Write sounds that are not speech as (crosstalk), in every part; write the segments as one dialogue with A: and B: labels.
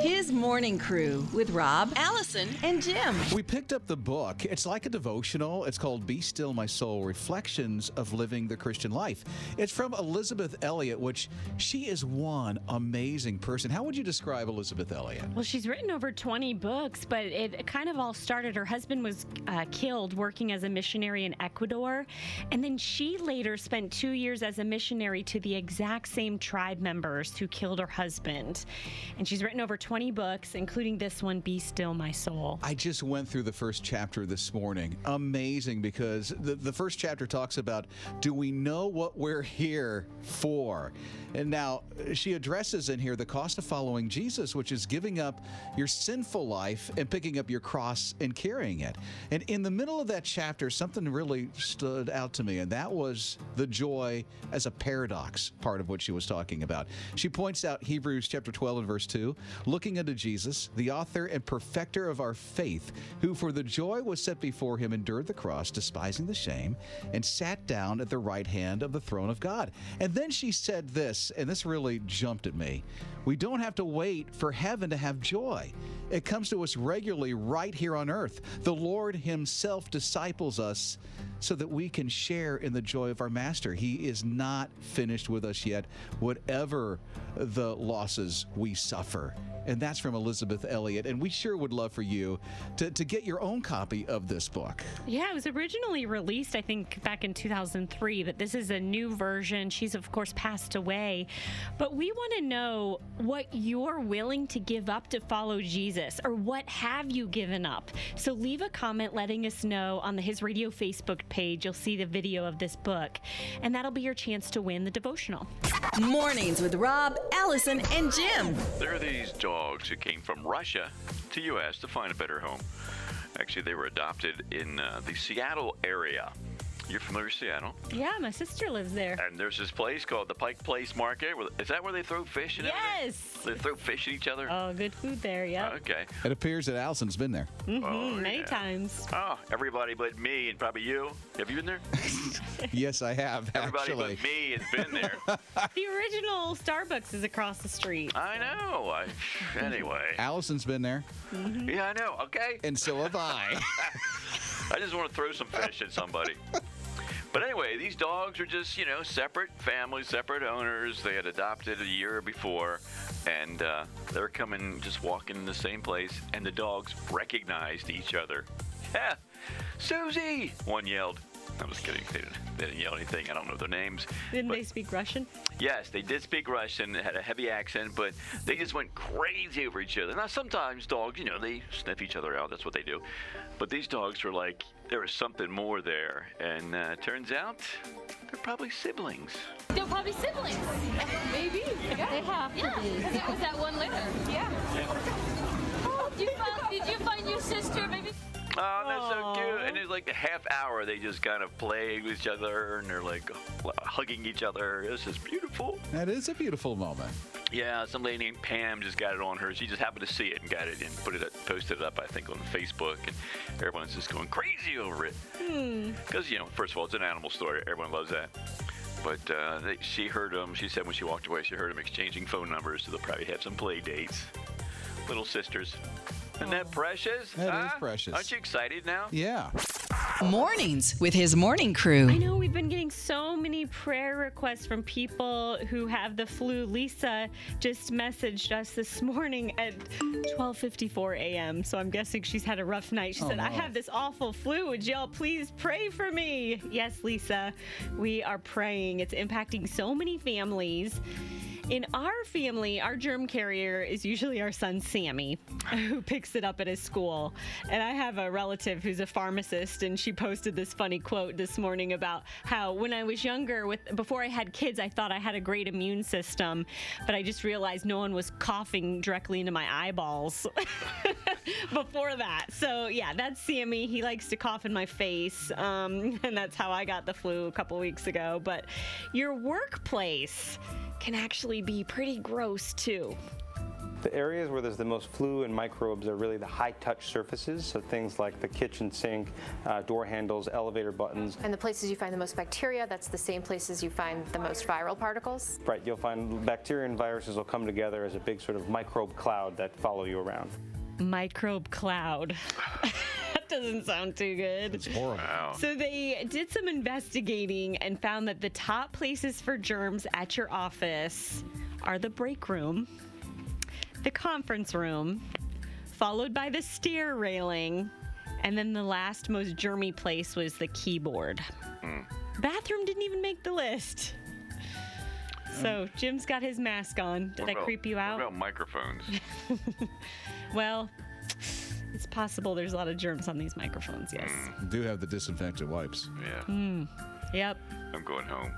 A: His morning crew with Rob, Allison, and Jim.
B: We picked up the book. It's like a devotional. It's called Be Still My Soul Reflections of Living the Christian Life. It's from Elizabeth Elliott, which she is one amazing person. How would you describe Elizabeth Elliott?
C: Well, she's written over 20 books, but it kind of all started. Her husband was uh, killed working as a missionary in Ecuador, and then she later spent two years as a missionary to the exact same tribe members who killed her husband. And she's written over 20 books, including this one, Be Still My Soul.
B: I just went through the first chapter this morning. Amazing because the, the first chapter talks about do we know what we're here for? And now she addresses in here the cost of following Jesus, which is giving up your sinful life and picking up your cross and carrying it. And in the middle of that chapter, something really stood out to me, and that was the joy as a paradox part of what she was talking about. She points out Hebrews chapter 12 and verse 2 looking unto Jesus, the author and perfecter of our faith, who for the joy was set before him endured the cross, despising the shame, and sat down at the right hand of the throne of God. And then she said this, and this really jumped at me. We don't have to wait for heaven to have joy. It comes to us regularly right here on earth. The Lord Himself disciples us so that we can share in the joy of our Master. He is not finished with us yet, whatever the losses we suffer. And that's from Elizabeth Elliott. And we sure would love for you to, to get your own copy of this book.
C: Yeah, it was originally released, I think, back in 2003, but this is a new version. She's, of course, passed away. But we want to know what you're willing to give up to follow Jesus, or what have you given up? So leave a comment letting us know on the His Radio Facebook page. You'll see the video of this book, and that'll be your chance to win the devotional.
A: Mornings with Rob, Allison, and Jim.
D: There are these dogs who came from Russia to U.S. to find a better home. Actually, they were adopted in uh, the Seattle area. You're familiar with Seattle,
C: Yeah, my sister lives there.
D: and there's this place called the Pike Place Market. where- Is that where they throw fish and everything?
C: Yes.
D: They throw fish at each other.
C: Oh, good food there. Yeah.
D: okay.
B: It appears that Allison's been
D: (laughs)
B: there.
D: oh,
C: Many
D: yeah.
C: times.
D: Oh, everybody but me and probably you. Have you been there?
B: yes, I have,
D: Everybody
B: actually.
D: but me has been there.
C: The original Starbucks is across the street.
D: I know. I, anyway.
B: Allison's been there,
D: Yeah, I know. Okay.
B: and so have
D: (laughs)
B: I.
D: I just want to throw some fish at somebody. But anyway, these dogs are just, you know, separate families, separate owners. They had adopted a year before, and uh, they're coming, just walking in the same place, and the dogs recognized each other. (laughs) Yeah, Susie! One yelled. I'm just kidding. They didn't, they didn't yell anything. I don't know their names.
C: Didn't
D: but-
C: they speak Russian?
D: Yes, they did speak Russian, had a heavy accent, but they just went crazy over each other. Now, sometimes dogs, you know, they sniff each other out. That's what they do. But these dogs were like, there was something more there. And uh, turns out they're probably siblings.
E: They're probably siblings. Maybe. They have to be. Because it was that one litter. Yeah. Oh, did, you find, did you find your sister? Maybe.
D: Oh, that's so cute. And it's like a half hour, they just kind of play with each other and they're like hugging each other. It's just beautiful.
B: that is a beautiful moment.
D: Yeah, some lady named Pam just got it on her. She just happened to see it and got it and put it up, posted it up, I think, on Facebook, and everyone's just going crazy over it.
C: Hmm.
D: Because you know, first of all, it's an animal story. Everyone loves that. But uh, they, she heard them. She said when she walked away, she heard them exchanging phone numbers, so they'll probably have some play dates. Little sisters. Isn't that precious?
B: That is
D: huh?
B: precious.
D: Aren't you excited now?
B: Yeah.
A: Mornings with his morning
C: I
A: crew.
C: know we've been getting so many prayer requests from people who have the flu. Lisa just messaged us this morning at 12:54 a.m. So I'm guessing she's had a rough night. She said, "I have this awful flu. Would y'all please pray for me?" Yes, Lisa, we are praying. It's impacting so many families. In our family, our germ carrier is usually our son Sammy, who picks it up at his school. And I have a relative who's a pharmacist, and she posted this funny quote this morning about how when I was younger, with before I had kids, I thought I had a great immune system, but I just realized no one was coughing directly into my eyeballs before that. So yeah, that's Sammy. He likes to cough in my face, um, (laughs) and that's how I got the flu a couple weeks ago. But your workplace can actually be pretty gross too.
F: The areas where there's the most flu and microbes are really the high-touch surfaces, so things like the kitchen sink, uh, door handles, elevator buttons.
G: And the places you find the most bacteria, that's the same places you find the most viral particles.
F: Right, you'll find bacteria and viruses will come together as a big sort of microbe cloud that follow you around.
C: Microbe cloud. (laughs) that doesn't sound too good.
H: It's horrible.
D: Oh.
C: So they did some investigating and found that the top places for germs at your office are the break room, the conference room, followed by the stair railing, and then the last most germy place was the keyboard.
D: Hmm.
C: Bathroom didn't even make the list. So Jim's got his mask on. Did
D: Hmm. What
C: that
D: about-
C: creep you
D: what
C: out? (laughs)
D: about microphones?
C: Well, it's possible there's a lot of germs on these microphones, yes.
D: Hmm.
B: do have the disinfectant wipes.
D: yeah,
C: Hmm. Yep.
D: I'm going home.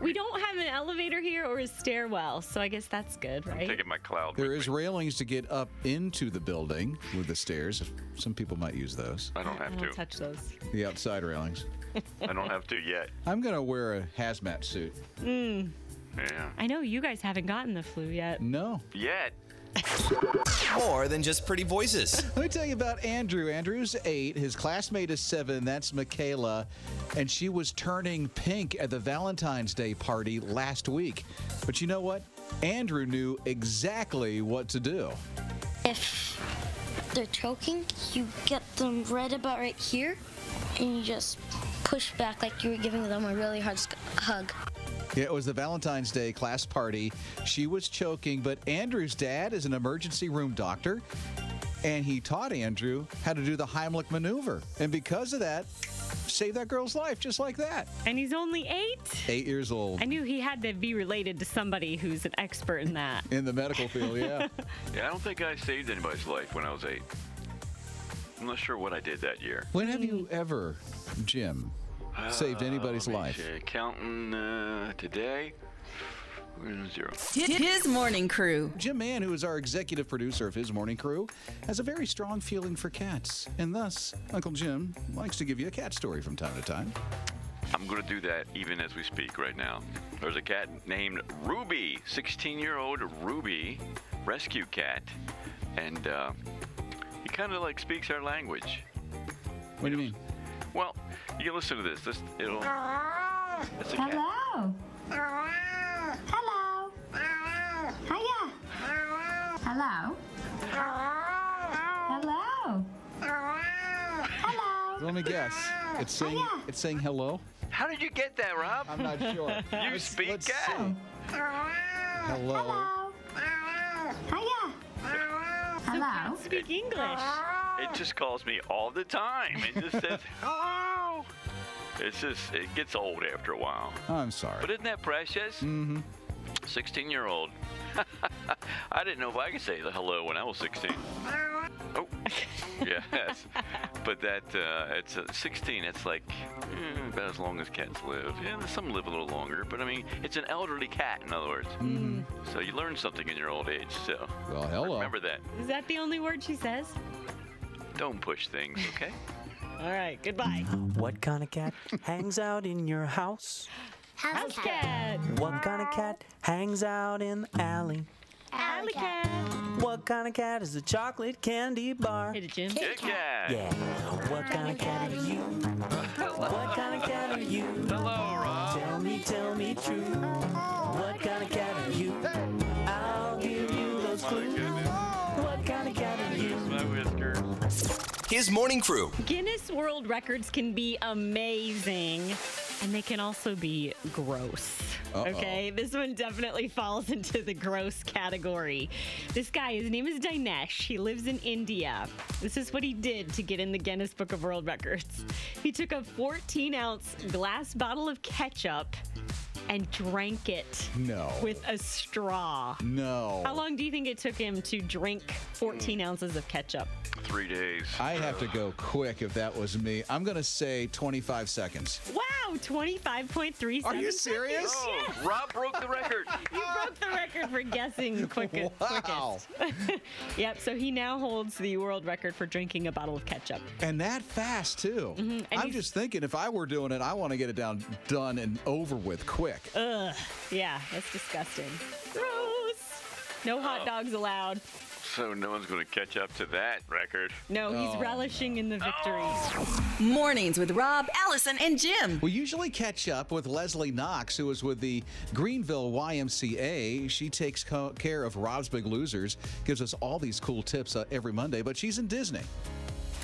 C: We don't have an elevator here or a stairwell, so I guess that's good,
D: I'm
C: right?
D: taking my cloud.
B: There
D: with
B: is
D: me.
B: railings to get up into the building with the stairs. Some people might use those.
D: I don't
C: I
D: have
C: won't
D: to.
C: touch those.
B: The outside railings.
D: I don't have to yet.
B: I'm gonna wear a hazmat suit.
D: Yeah.
C: I know you guys haven't gotten the flu yet.
B: No.
D: Yet.
H: More than just pretty voices.
B: Let me tell you about Andrew. Andrew's eight. His classmate is seven. That's Michaela. And she was turning pink at the Valentine's Day party last week. But you know what? Andrew knew exactly what to do.
I: If they're choking, you get them right about right here, and you just push back like you were giving them a really hard sc- hug.
B: Yeah, It was the Valentine's Day class party. She was choking, but Andrew's dad is an emergency room doctor, and he taught Andrew how to do the Heimlich maneuver. And because of that, saved that girl's life just like that.
C: And he's only eight.
B: Eight years old
C: I knew he had to be related to somebody who's an expert in that.
B: in the medical field, yeah.
D: Yeah, I don't think I saved anybody's life when I was eight. I'm not sure what I did that year.
B: (laughs) when have you ever, Jim, saved anybody's
D: Let me
B: life?
D: check. Counting uh, today. mm, Zero.
A: His morning crew.
B: Jim Mann, who is our executive producer of his morning crew, has a very strong feeling for cats. And thus, Uncle Jim likes to give you a cat story from time to time.
D: I'm going to do that even as we speak right now. There's a cat named Ruby, 16 year old Ruby, rescue cat. And uh, he kind of like speaks our language.
B: What do you mean?
D: Well, you can listen to this. This it'll. It's a cat.
J: Hello. Hello. Hiya. Hello. Hello. Hello.
B: Let me guess.
D: (laughs)
B: It's saying it's saying hello.
D: How did you get that, Rob?
B: I'm not sure.
D: (laughs)
B: you
D: speak cat.
B: Hello.
J: Hiya. Hello.
C: Speak English.
D: It just calls me all the time. It just says (laughs) hello. It's just it gets old after a while.
B: I'm sorry.
D: But isn't that precious? Mm-hmm. 16 year old. (laughs) I didn't know if I could say the hello when I was 16. Oh, yes. But that, uh, it's uh, 16. It's like mm, about as long as cats live. Yeah, some live a little longer. But I mean, it's an elderly cat, in other words. Mm-hmm. So you learn something in your old age. So
B: Oh, well, hello.
D: remember that.
C: Is that the only word she says?
D: Don't push things, okay?
C: All right, goodbye.
K: What kind of cat hangs out in your house?
C: House cat.
K: What kind of cat hangs out in the alley?
C: Alley cat.
K: What kind of cat is a chocolate candy bar?
C: Hit it, Jim.
D: Good cat.
K: Yeah. What kind of cat are you? What kind of cat are you?
D: Hello, Rob.
K: Tell me, tell me true. What kind of cat are you? I'll give you those clues. What kind of cat are you?
D: My whisker.
H: His morning crew.
C: Guinness World Records can be amazing, and they can also be gross. Okay, this one definitely (laughs) falls into the gross category. This guy, his name is Dinesh. He lives in India. This is what he did to get in the Guinness Book of World Records. He took a 14 ounce glass bottle of ketchup and drank it
B: No.
C: with a straw.
B: no.
C: How long do you think it took him to drink
B: Hmm.
C: 14 ounces of ketchup?
D: Three days.
B: I have to go quick if that was me. I'm going to say 25 seconds.
C: Wow, 25.3
B: Are you
C: seconds.
B: serious?
D: Oh, Rob broke the record.
C: You broke the record for guessing
B: (laughs)
C: quickest.
B: Wow.
C: quickest. yep, so he now holds the world record for drinking a bottle of ketchup.
B: And that fast, too. I'm
C: Mm-hmm. he's-
B: just thinking if I were doing it, I want to get it down,
C: Uh.
B: done and over with quick.
C: Yeah, that's disgusting. Gross. No hot dogs allowed.
D: So no one's going to catch up to that record.
C: No, he's
B: Oh,
C: relishing in the victory.
A: Mornings with Rob, Allison, and Jim.
B: We usually catch up with Leslie Knox, who is with the Greenville YMCA. She takes co- care of Rob's Big Losers, gives us all these cool tips uh, every Monday, but she's in Disney.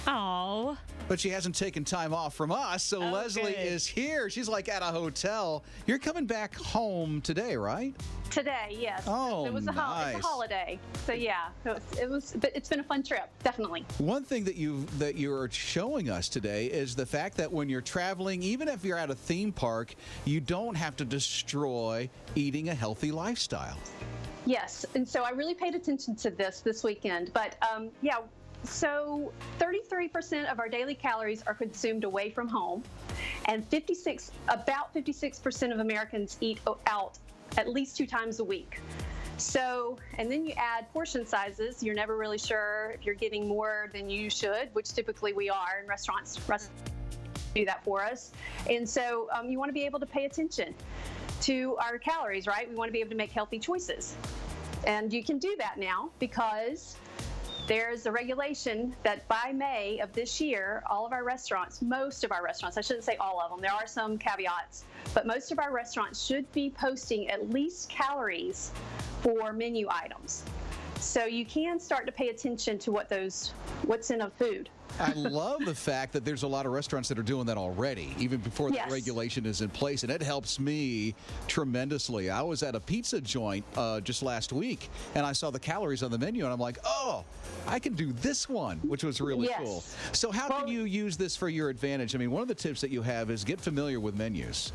C: Oh.
B: But she hasn't taken time off from us, so Leslie
L: good.
B: is here. She's like at a hotel. You're coming back home today, right?
L: Today, yes.
B: Oh,
L: it was a, hol- it's a
B: nice.
L: holiday. So yeah, it was, it was. But it's been a fun trip, definitely.
B: One thing that you that you're showing us today is the fact that when you're traveling, even if you're at a theme park, you don't have to destroy eating a healthy lifestyle.
L: Yes, and so I really paid attention to this this weekend. But um, yeah, so 33% of our daily calories are consumed away from home, and 56, about 56% of Americans eat o- out at least two times a week. So, and then you add portion sizes. You're never really sure if you're getting more than you should, which typically we are in restaurants. restaurants do that for us. And so um, you want to be able to pay attention to our calories, right? We want to be able to make healthy choices. And you can do that now because there's a regulation that by May of this year, all of our restaurants, most of our restaurants, I shouldn't say all of them, there are some caveats, but most of our restaurants should be posting at least calories for menu items. So you can start to pay attention to what those what's in a food.
B: I love the fact that there's a lot of restaurants that are doing that already, even before
L: Yes.
B: the regulation is in place, and it helps me tremendously. I was at a pizza joint uh, just last week, and I saw the calories on the menu, and I'm like, oh, I can do this one, which was really
L: Yes.
B: cool. So, how can you use this for your advantage? I mean, one of the tips that you have is get familiar with menus.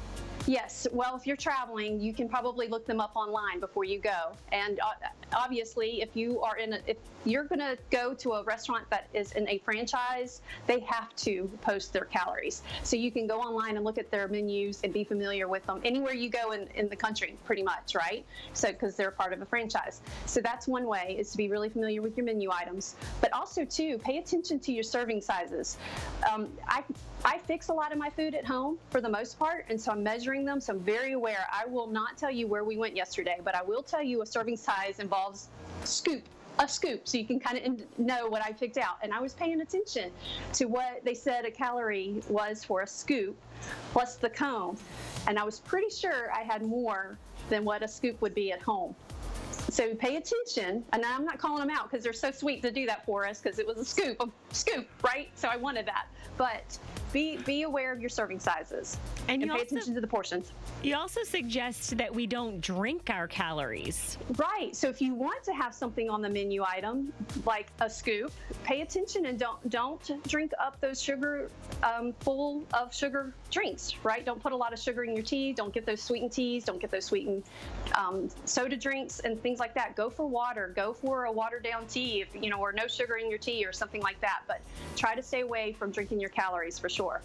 L: Yes. Well, if you're traveling, you can probably look them up online before you go. And uh, obviously, if you are in, a, if you're going to go to a restaurant that is in a franchise, they have to post their calories. So you can go online and look at their menus and be familiar with them anywhere you go in, in the country, pretty much, right? So because they're part of a franchise. So that's one way is to be really familiar with your menu items, but also too pay attention to your serving sizes. Um, I I fix a lot of my food at home for the most part, and so I'm measuring them. So I'm very aware. I will not tell you where we went yesterday, but I will tell you a serving size involves scoop. A scoop, so you can kind of know what I picked out. And I was paying attention to what they said a calorie was for a scoop plus the cone. And I was pretty sure I had more than what a scoop would be at home. So pay attention, and I'm not calling them out because they're so sweet to do that for us because it was a scoop, a scoop, right? So I wanted that. But be be aware of your serving sizes
C: And
L: and,
C: you
L: pay
C: also-
L: attention to the portions.
C: You also suggest that we don't drink our calories.
L: Right. So if you want to have something on the menu item like a scoop, pay attention and don't don't drink up those sugar um, full of sugar drinks. Right. Don't put a lot of sugar in your tea. Don't get those sweetened teas. Don't get those sweetened um, soda drinks and things like that. Go for water. Go for a watered down tea, if you know, or no sugar in your tea or something like that. But try to stay away from drinking your calories for sure.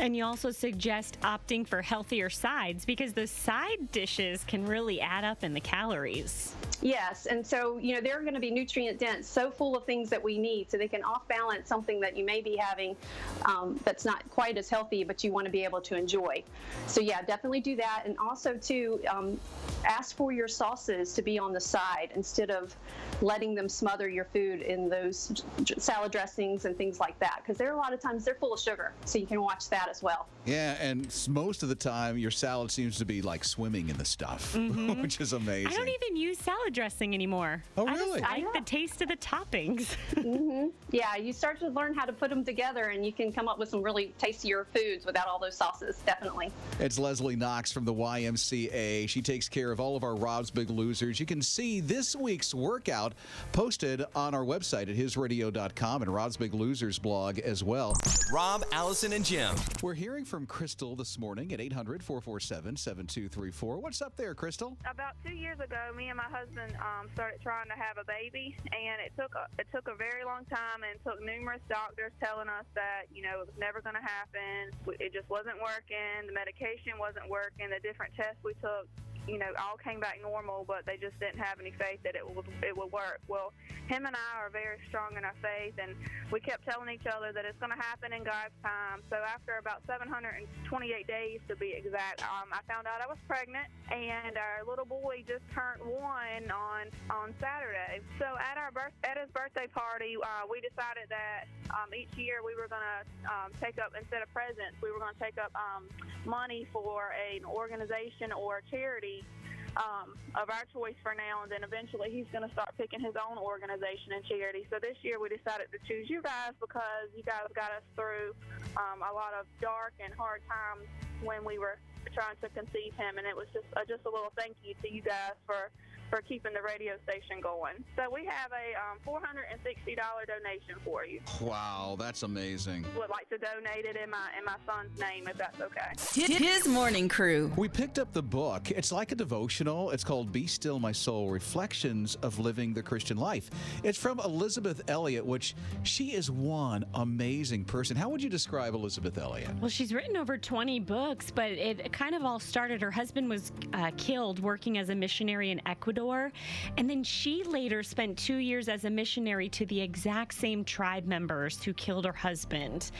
C: And you also suggest opting for healthier sides because those side dishes can really add up in the calories.
L: Yes, and so you know they're going to be nutrient dense, so full of things that we need, so they can off balance something that you may be having um, that's not quite as healthy, but you want to be able to enjoy. So yeah, definitely do that, and also too um, ask for your sauces to be on the side instead of letting them smother your food in those j- j- salad dressings and things like that, because they're a lot of times they're full of sugar, so you can watch that as well.
B: Yeah, and s- most of the time, your salad seems to be like swimming in the stuff,
C: Mhm.
B: (laughs) which is amazing.
C: I don't even use salad dressing anymore.
B: Oh,
C: I
B: really?
C: just
B: I
C: like the taste of the toppings.
L: hmm Yeah, you start to learn how to put them together, and you can come up with some really tastier foods without all those sauces. Definitely.
B: It's Leslie Knox from the YMCA. She takes care of all of our Rob's Big Losers. You can see this week's workout posted on our website at hisradio.com and Rob's Big Losers blog as well.
H: Rob, Allison, and Jim.
B: We're hearing from Crystal this morning at 800 447 7234. What's up there, Crystal?
M: About two years ago, me and my husband um, started trying to have a baby, and it took a, it took a very long time, and took numerous doctors telling us that you know it was never going to happen. It just wasn't working. The medication wasn't working. The different tests we took you know, all came back normal, but they just didn't have any faith that it would it would work. Well, him and I are very strong in our faith, and we kept telling each other that it's going to happen in God's time. So after about 728 days to be exact, um, I found out I was pregnant, and our little boy just turned one on on Saturday. So at our birth at his birthday party, uh, we decided that um, each year we were going to um, take up instead of presents, we were going to take up um, money for an organization or a charity um, of our choice for now, and then eventually he's going to start picking his own organization and charity. So this year we decided to choose you guys because you guys got us through um, a lot of dark and hard times when we were trying to conceive him, and it was just uh, just a little thank you to you guys for for keeping the radio station going. So we have a um, $460 donation for you.
B: Wow, that's amazing.
M: Would like to donate it in my in my son's name if that's okay.
B: His morning crew. We picked up the book. It's like a devotional. It's called Be Still My Soul Reflections of Living the Christian Life. It's from Elizabeth Elliot, which she is one amazing person. How would you describe Elizabeth Elliot?
C: Well, she's written over 20 books, but it kind of all started. Her husband was uh, killed working as a missionary in Ecuador, and then she later spent two years as a missionary to the exact same tribe members who killed her husband.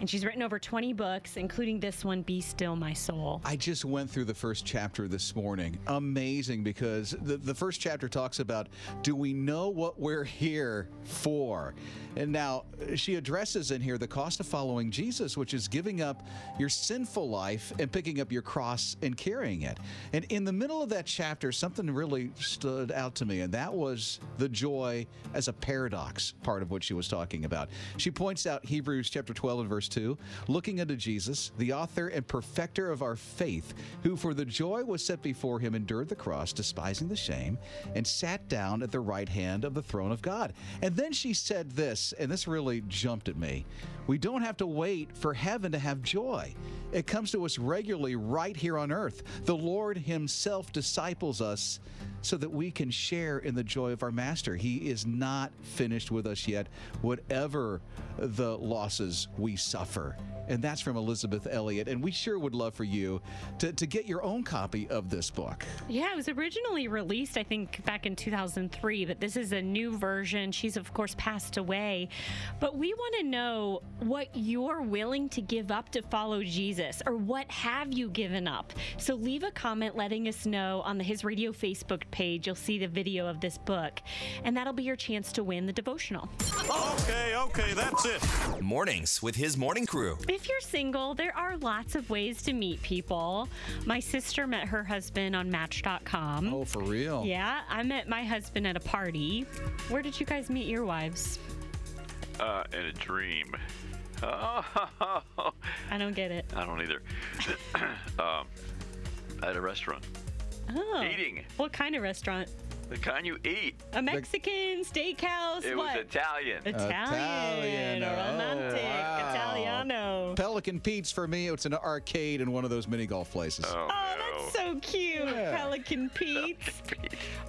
C: And she's written over 20 books, including this one, Be Still My Soul.
B: I just went through the first chapter this morning. Amazing because the, the first chapter talks about do we know what we're here for? And now she addresses in here the cost of following Jesus, which is giving up your sinful life and picking up your cross and carrying it. And in the middle of that chapter, something really stood out to me, and that was the joy as a paradox part of what she was talking about. She points out Hebrews chapter 12 and verse 2 looking unto Jesus, the author and perfecter of our faith, who for the joy was set before him endured the cross, despising the shame, and sat down at the right hand of the throne of God. And then she said this, and this really jumped at me we don't have to wait for heaven to have joy. It comes to us regularly right here on earth. The Lord Himself disciples us so that we can share in the joy of our Master. He is not finished with us yet, whatever the losses we suffer. And that's from Elizabeth Elliott. And we sure would love for you to, to get your own copy of this book.
C: Yeah, it was originally released, I think, back in 2003, but this is a new version. She's, of course, passed away. But we want to know what you're willing to give up to follow Jesus, or what have you given up? So leave a comment letting us know on the His Radio Facebook page. You'll see the video of this book, and that'll be your chance to win the devotional.
H: Okay, okay, that's it. Mornings with his morning crew.
C: If you're single, there are lots of ways to meet people. My sister met her husband on Match.com.
B: Oh, for real?
C: Yeah, I met my husband at a party. Where did you guys meet your wives?
D: Uh, in a dream. (laughs) Oh,
C: I don't get it.
D: I don't either. (coughs) um, at a restaurant.
C: Oh.
D: Eating.
C: What kind of restaurant?
D: The kind you eat.
C: A Mexican steakhouse.
D: It
C: what?
D: was Italian.
B: Italian.
C: Italian. or romantic.
B: Oh, wow.
C: Italiano.
B: Pelican Pete's for me, it's an arcade in one of those mini golf places.
C: Oh, that's so cute.
B: Yeah.
C: Pelican Pete's.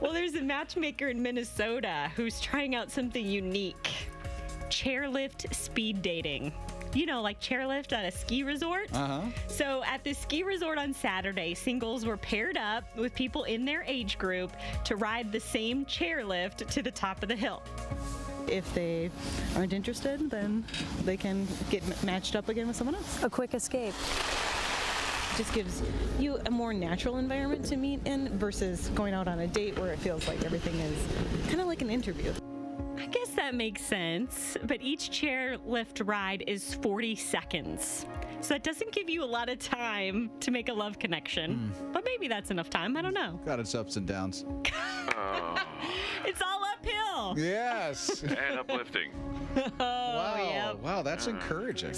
C: well, there's a matchmaker in Minnesota who's trying out something unique chairlift speed dating. You know, like chairlift at a ski resort.
B: Uh-huh.
C: So at this ski resort on Saturday, singles were paired up with people in their age group to ride the same chairlift to the top of the hill.
N: If they aren't interested, then they can get m- matched up again with someone else. A quick escape. Just gives you a more natural environment to meet in versus going out on a date where it feels like everything is kind of like an interview.
C: I guess that makes sense, but each chairlift ride is 40 seconds. So that doesn't give you a lot of time to make a love connection. But maybe that's enough time. I don't know.
B: Got its ups and downs.
C: It's all uphill.
B: Yes. (laughs)
C: (laughs)
D: and uplifting. Oh,
C: wow.
B: Wow, that's encouraging.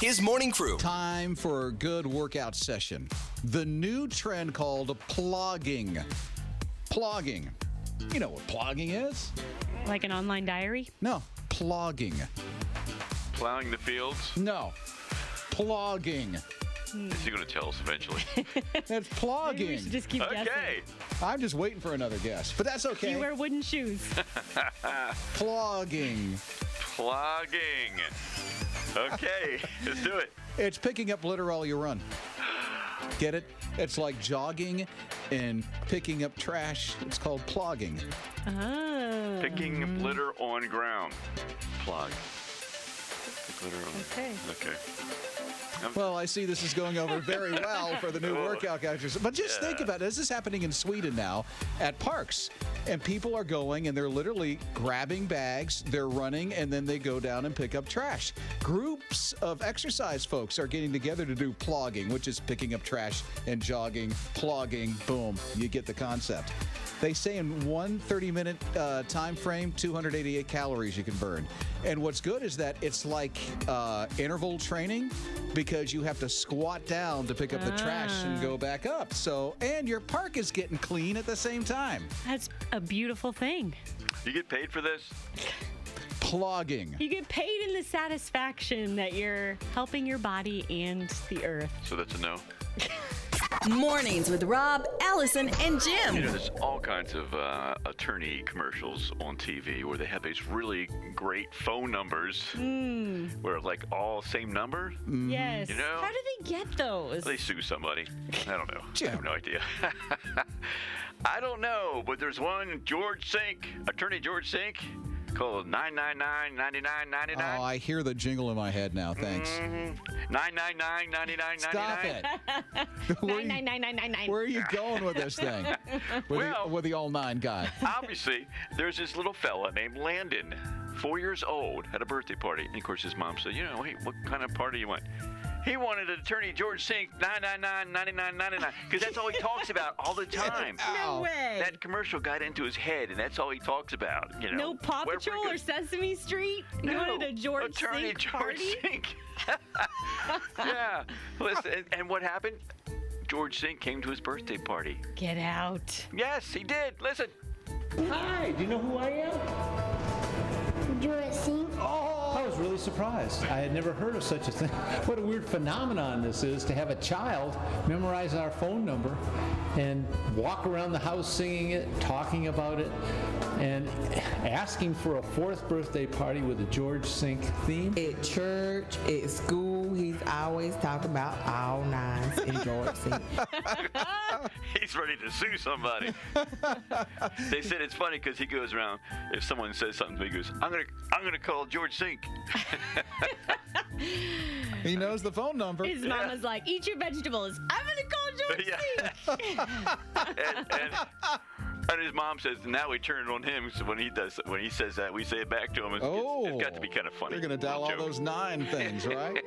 H: His morning crew.
B: Time for a good workout session. The new trend called plogging. Plogging. You know what plogging is?
C: Like an online diary?
B: No, plogging.
D: Plowing the fields.
B: No, plogging.
D: Is he going to tell us eventually?
C: (laughs)
B: It's plogging.
D: should just keep guessing. Okay.
B: I'm just waiting for another guess, but that's okay.
C: You wear wooden
D: (laughs)
C: shoes.
B: Plogging.
D: Clogging. Okay, let's do it.
B: It's picking up litter all you run. Get it? It's like jogging and picking up trash. It's called plogging.
C: Ah,
N: Oh.
D: Picking
C: Um.
D: litter on ground. Plug. Pick litter on.
N: Okay.
D: Okay.
B: (laughs) Well, I see this is going over very well for the new workout coaches. But just think
D: Yeah.
B: about it. This is happening in Sweden now at parks. And people are going and they're literally grabbing bags, they're running, and then they go down and pick up trash. Groups of exercise folks are getting together to do plogging, which is picking up trash and jogging, plogging, boom. You get the concept. They say in one 30 minute uh, time frame, 288 calories you can burn. And what's good is that it's like uh, interval training because you have to squat down to pick up the trash and go back up. So, and your park is getting clean at the same time.
C: That's a beautiful thing.
D: You get paid for this?
B: Plogging.
C: You get paid in the satisfaction that you're helping your body and the earth.
D: So that's a no.
A: Mornings with Rob, Allison, and Jim.
D: You know, there's all kinds of uh, attorney commercials on TV where they have these really great phone numbers
B: Hmm.
C: Mm.
D: where like all same number.
C: Yes.
D: You know?
C: How do they get those?
D: They sue somebody. I don't know. I have no idea. (laughs) I don't know, but there's one George Sink, attorney George Sink, called 999
B: Oh, I hear the jingle in my head now. Thanks.
D: 999
B: Stop it.
C: nine, nine, nine, nine, nine, nine.
B: Where are you going with this thing? With, the, with the all nine guy.
D: Obviously, there's this little fella named Landon, four years old, at a birthday party. And of course, his mom said, You know, hey, what kind of party you want? He wanted attorney George Sink 999 9999 because that's all he talks about all the time.
C: No way.
D: That commercial got into his head, and that's all he talks about. You know,
C: no Paw
D: Where
C: Patrol or Sesame Street? You
D: No,
C: wanted a George
D: Attorney
C: Sink
D: George
C: party?
D: Sink. (laughs) yeah. Listen, and, and what happened? George Sink came to his birthday party.
C: Get out.
D: Yes, he did. Listen.
O: Hi, do you know who I am? George Sink. Oh! I was really surprised. I had never heard of such a thing. (laughs) What a weird phenomenon this is to have a child memorize our phone number and walk around the house singing it, talking about it, and asking for a fourth birthday party with a George Sink theme.
P: At church, at school, he's always talking about all nines and George Sink.
D: (laughs) He's ready to
B: (laughs)
D: sue somebody. they said it's funny because he goes around. If someone says something, to me, he goes, "I'm gonna, I'm gonna call George Sink."
B: He knows the phone number.
C: His mama's like, eat your vegetables. I'm going
D: (laughs)
C: to call George Sink.
D: and,
B: (laughs)
D: and, and his mom says, "Now we turn it on him." So when he does, when he says that, we say it back to him. It's, it's- it's got to be kind of funny.
B: You're going to Oh. dial all
D: Joke. (laughs)
B: those nine things, right?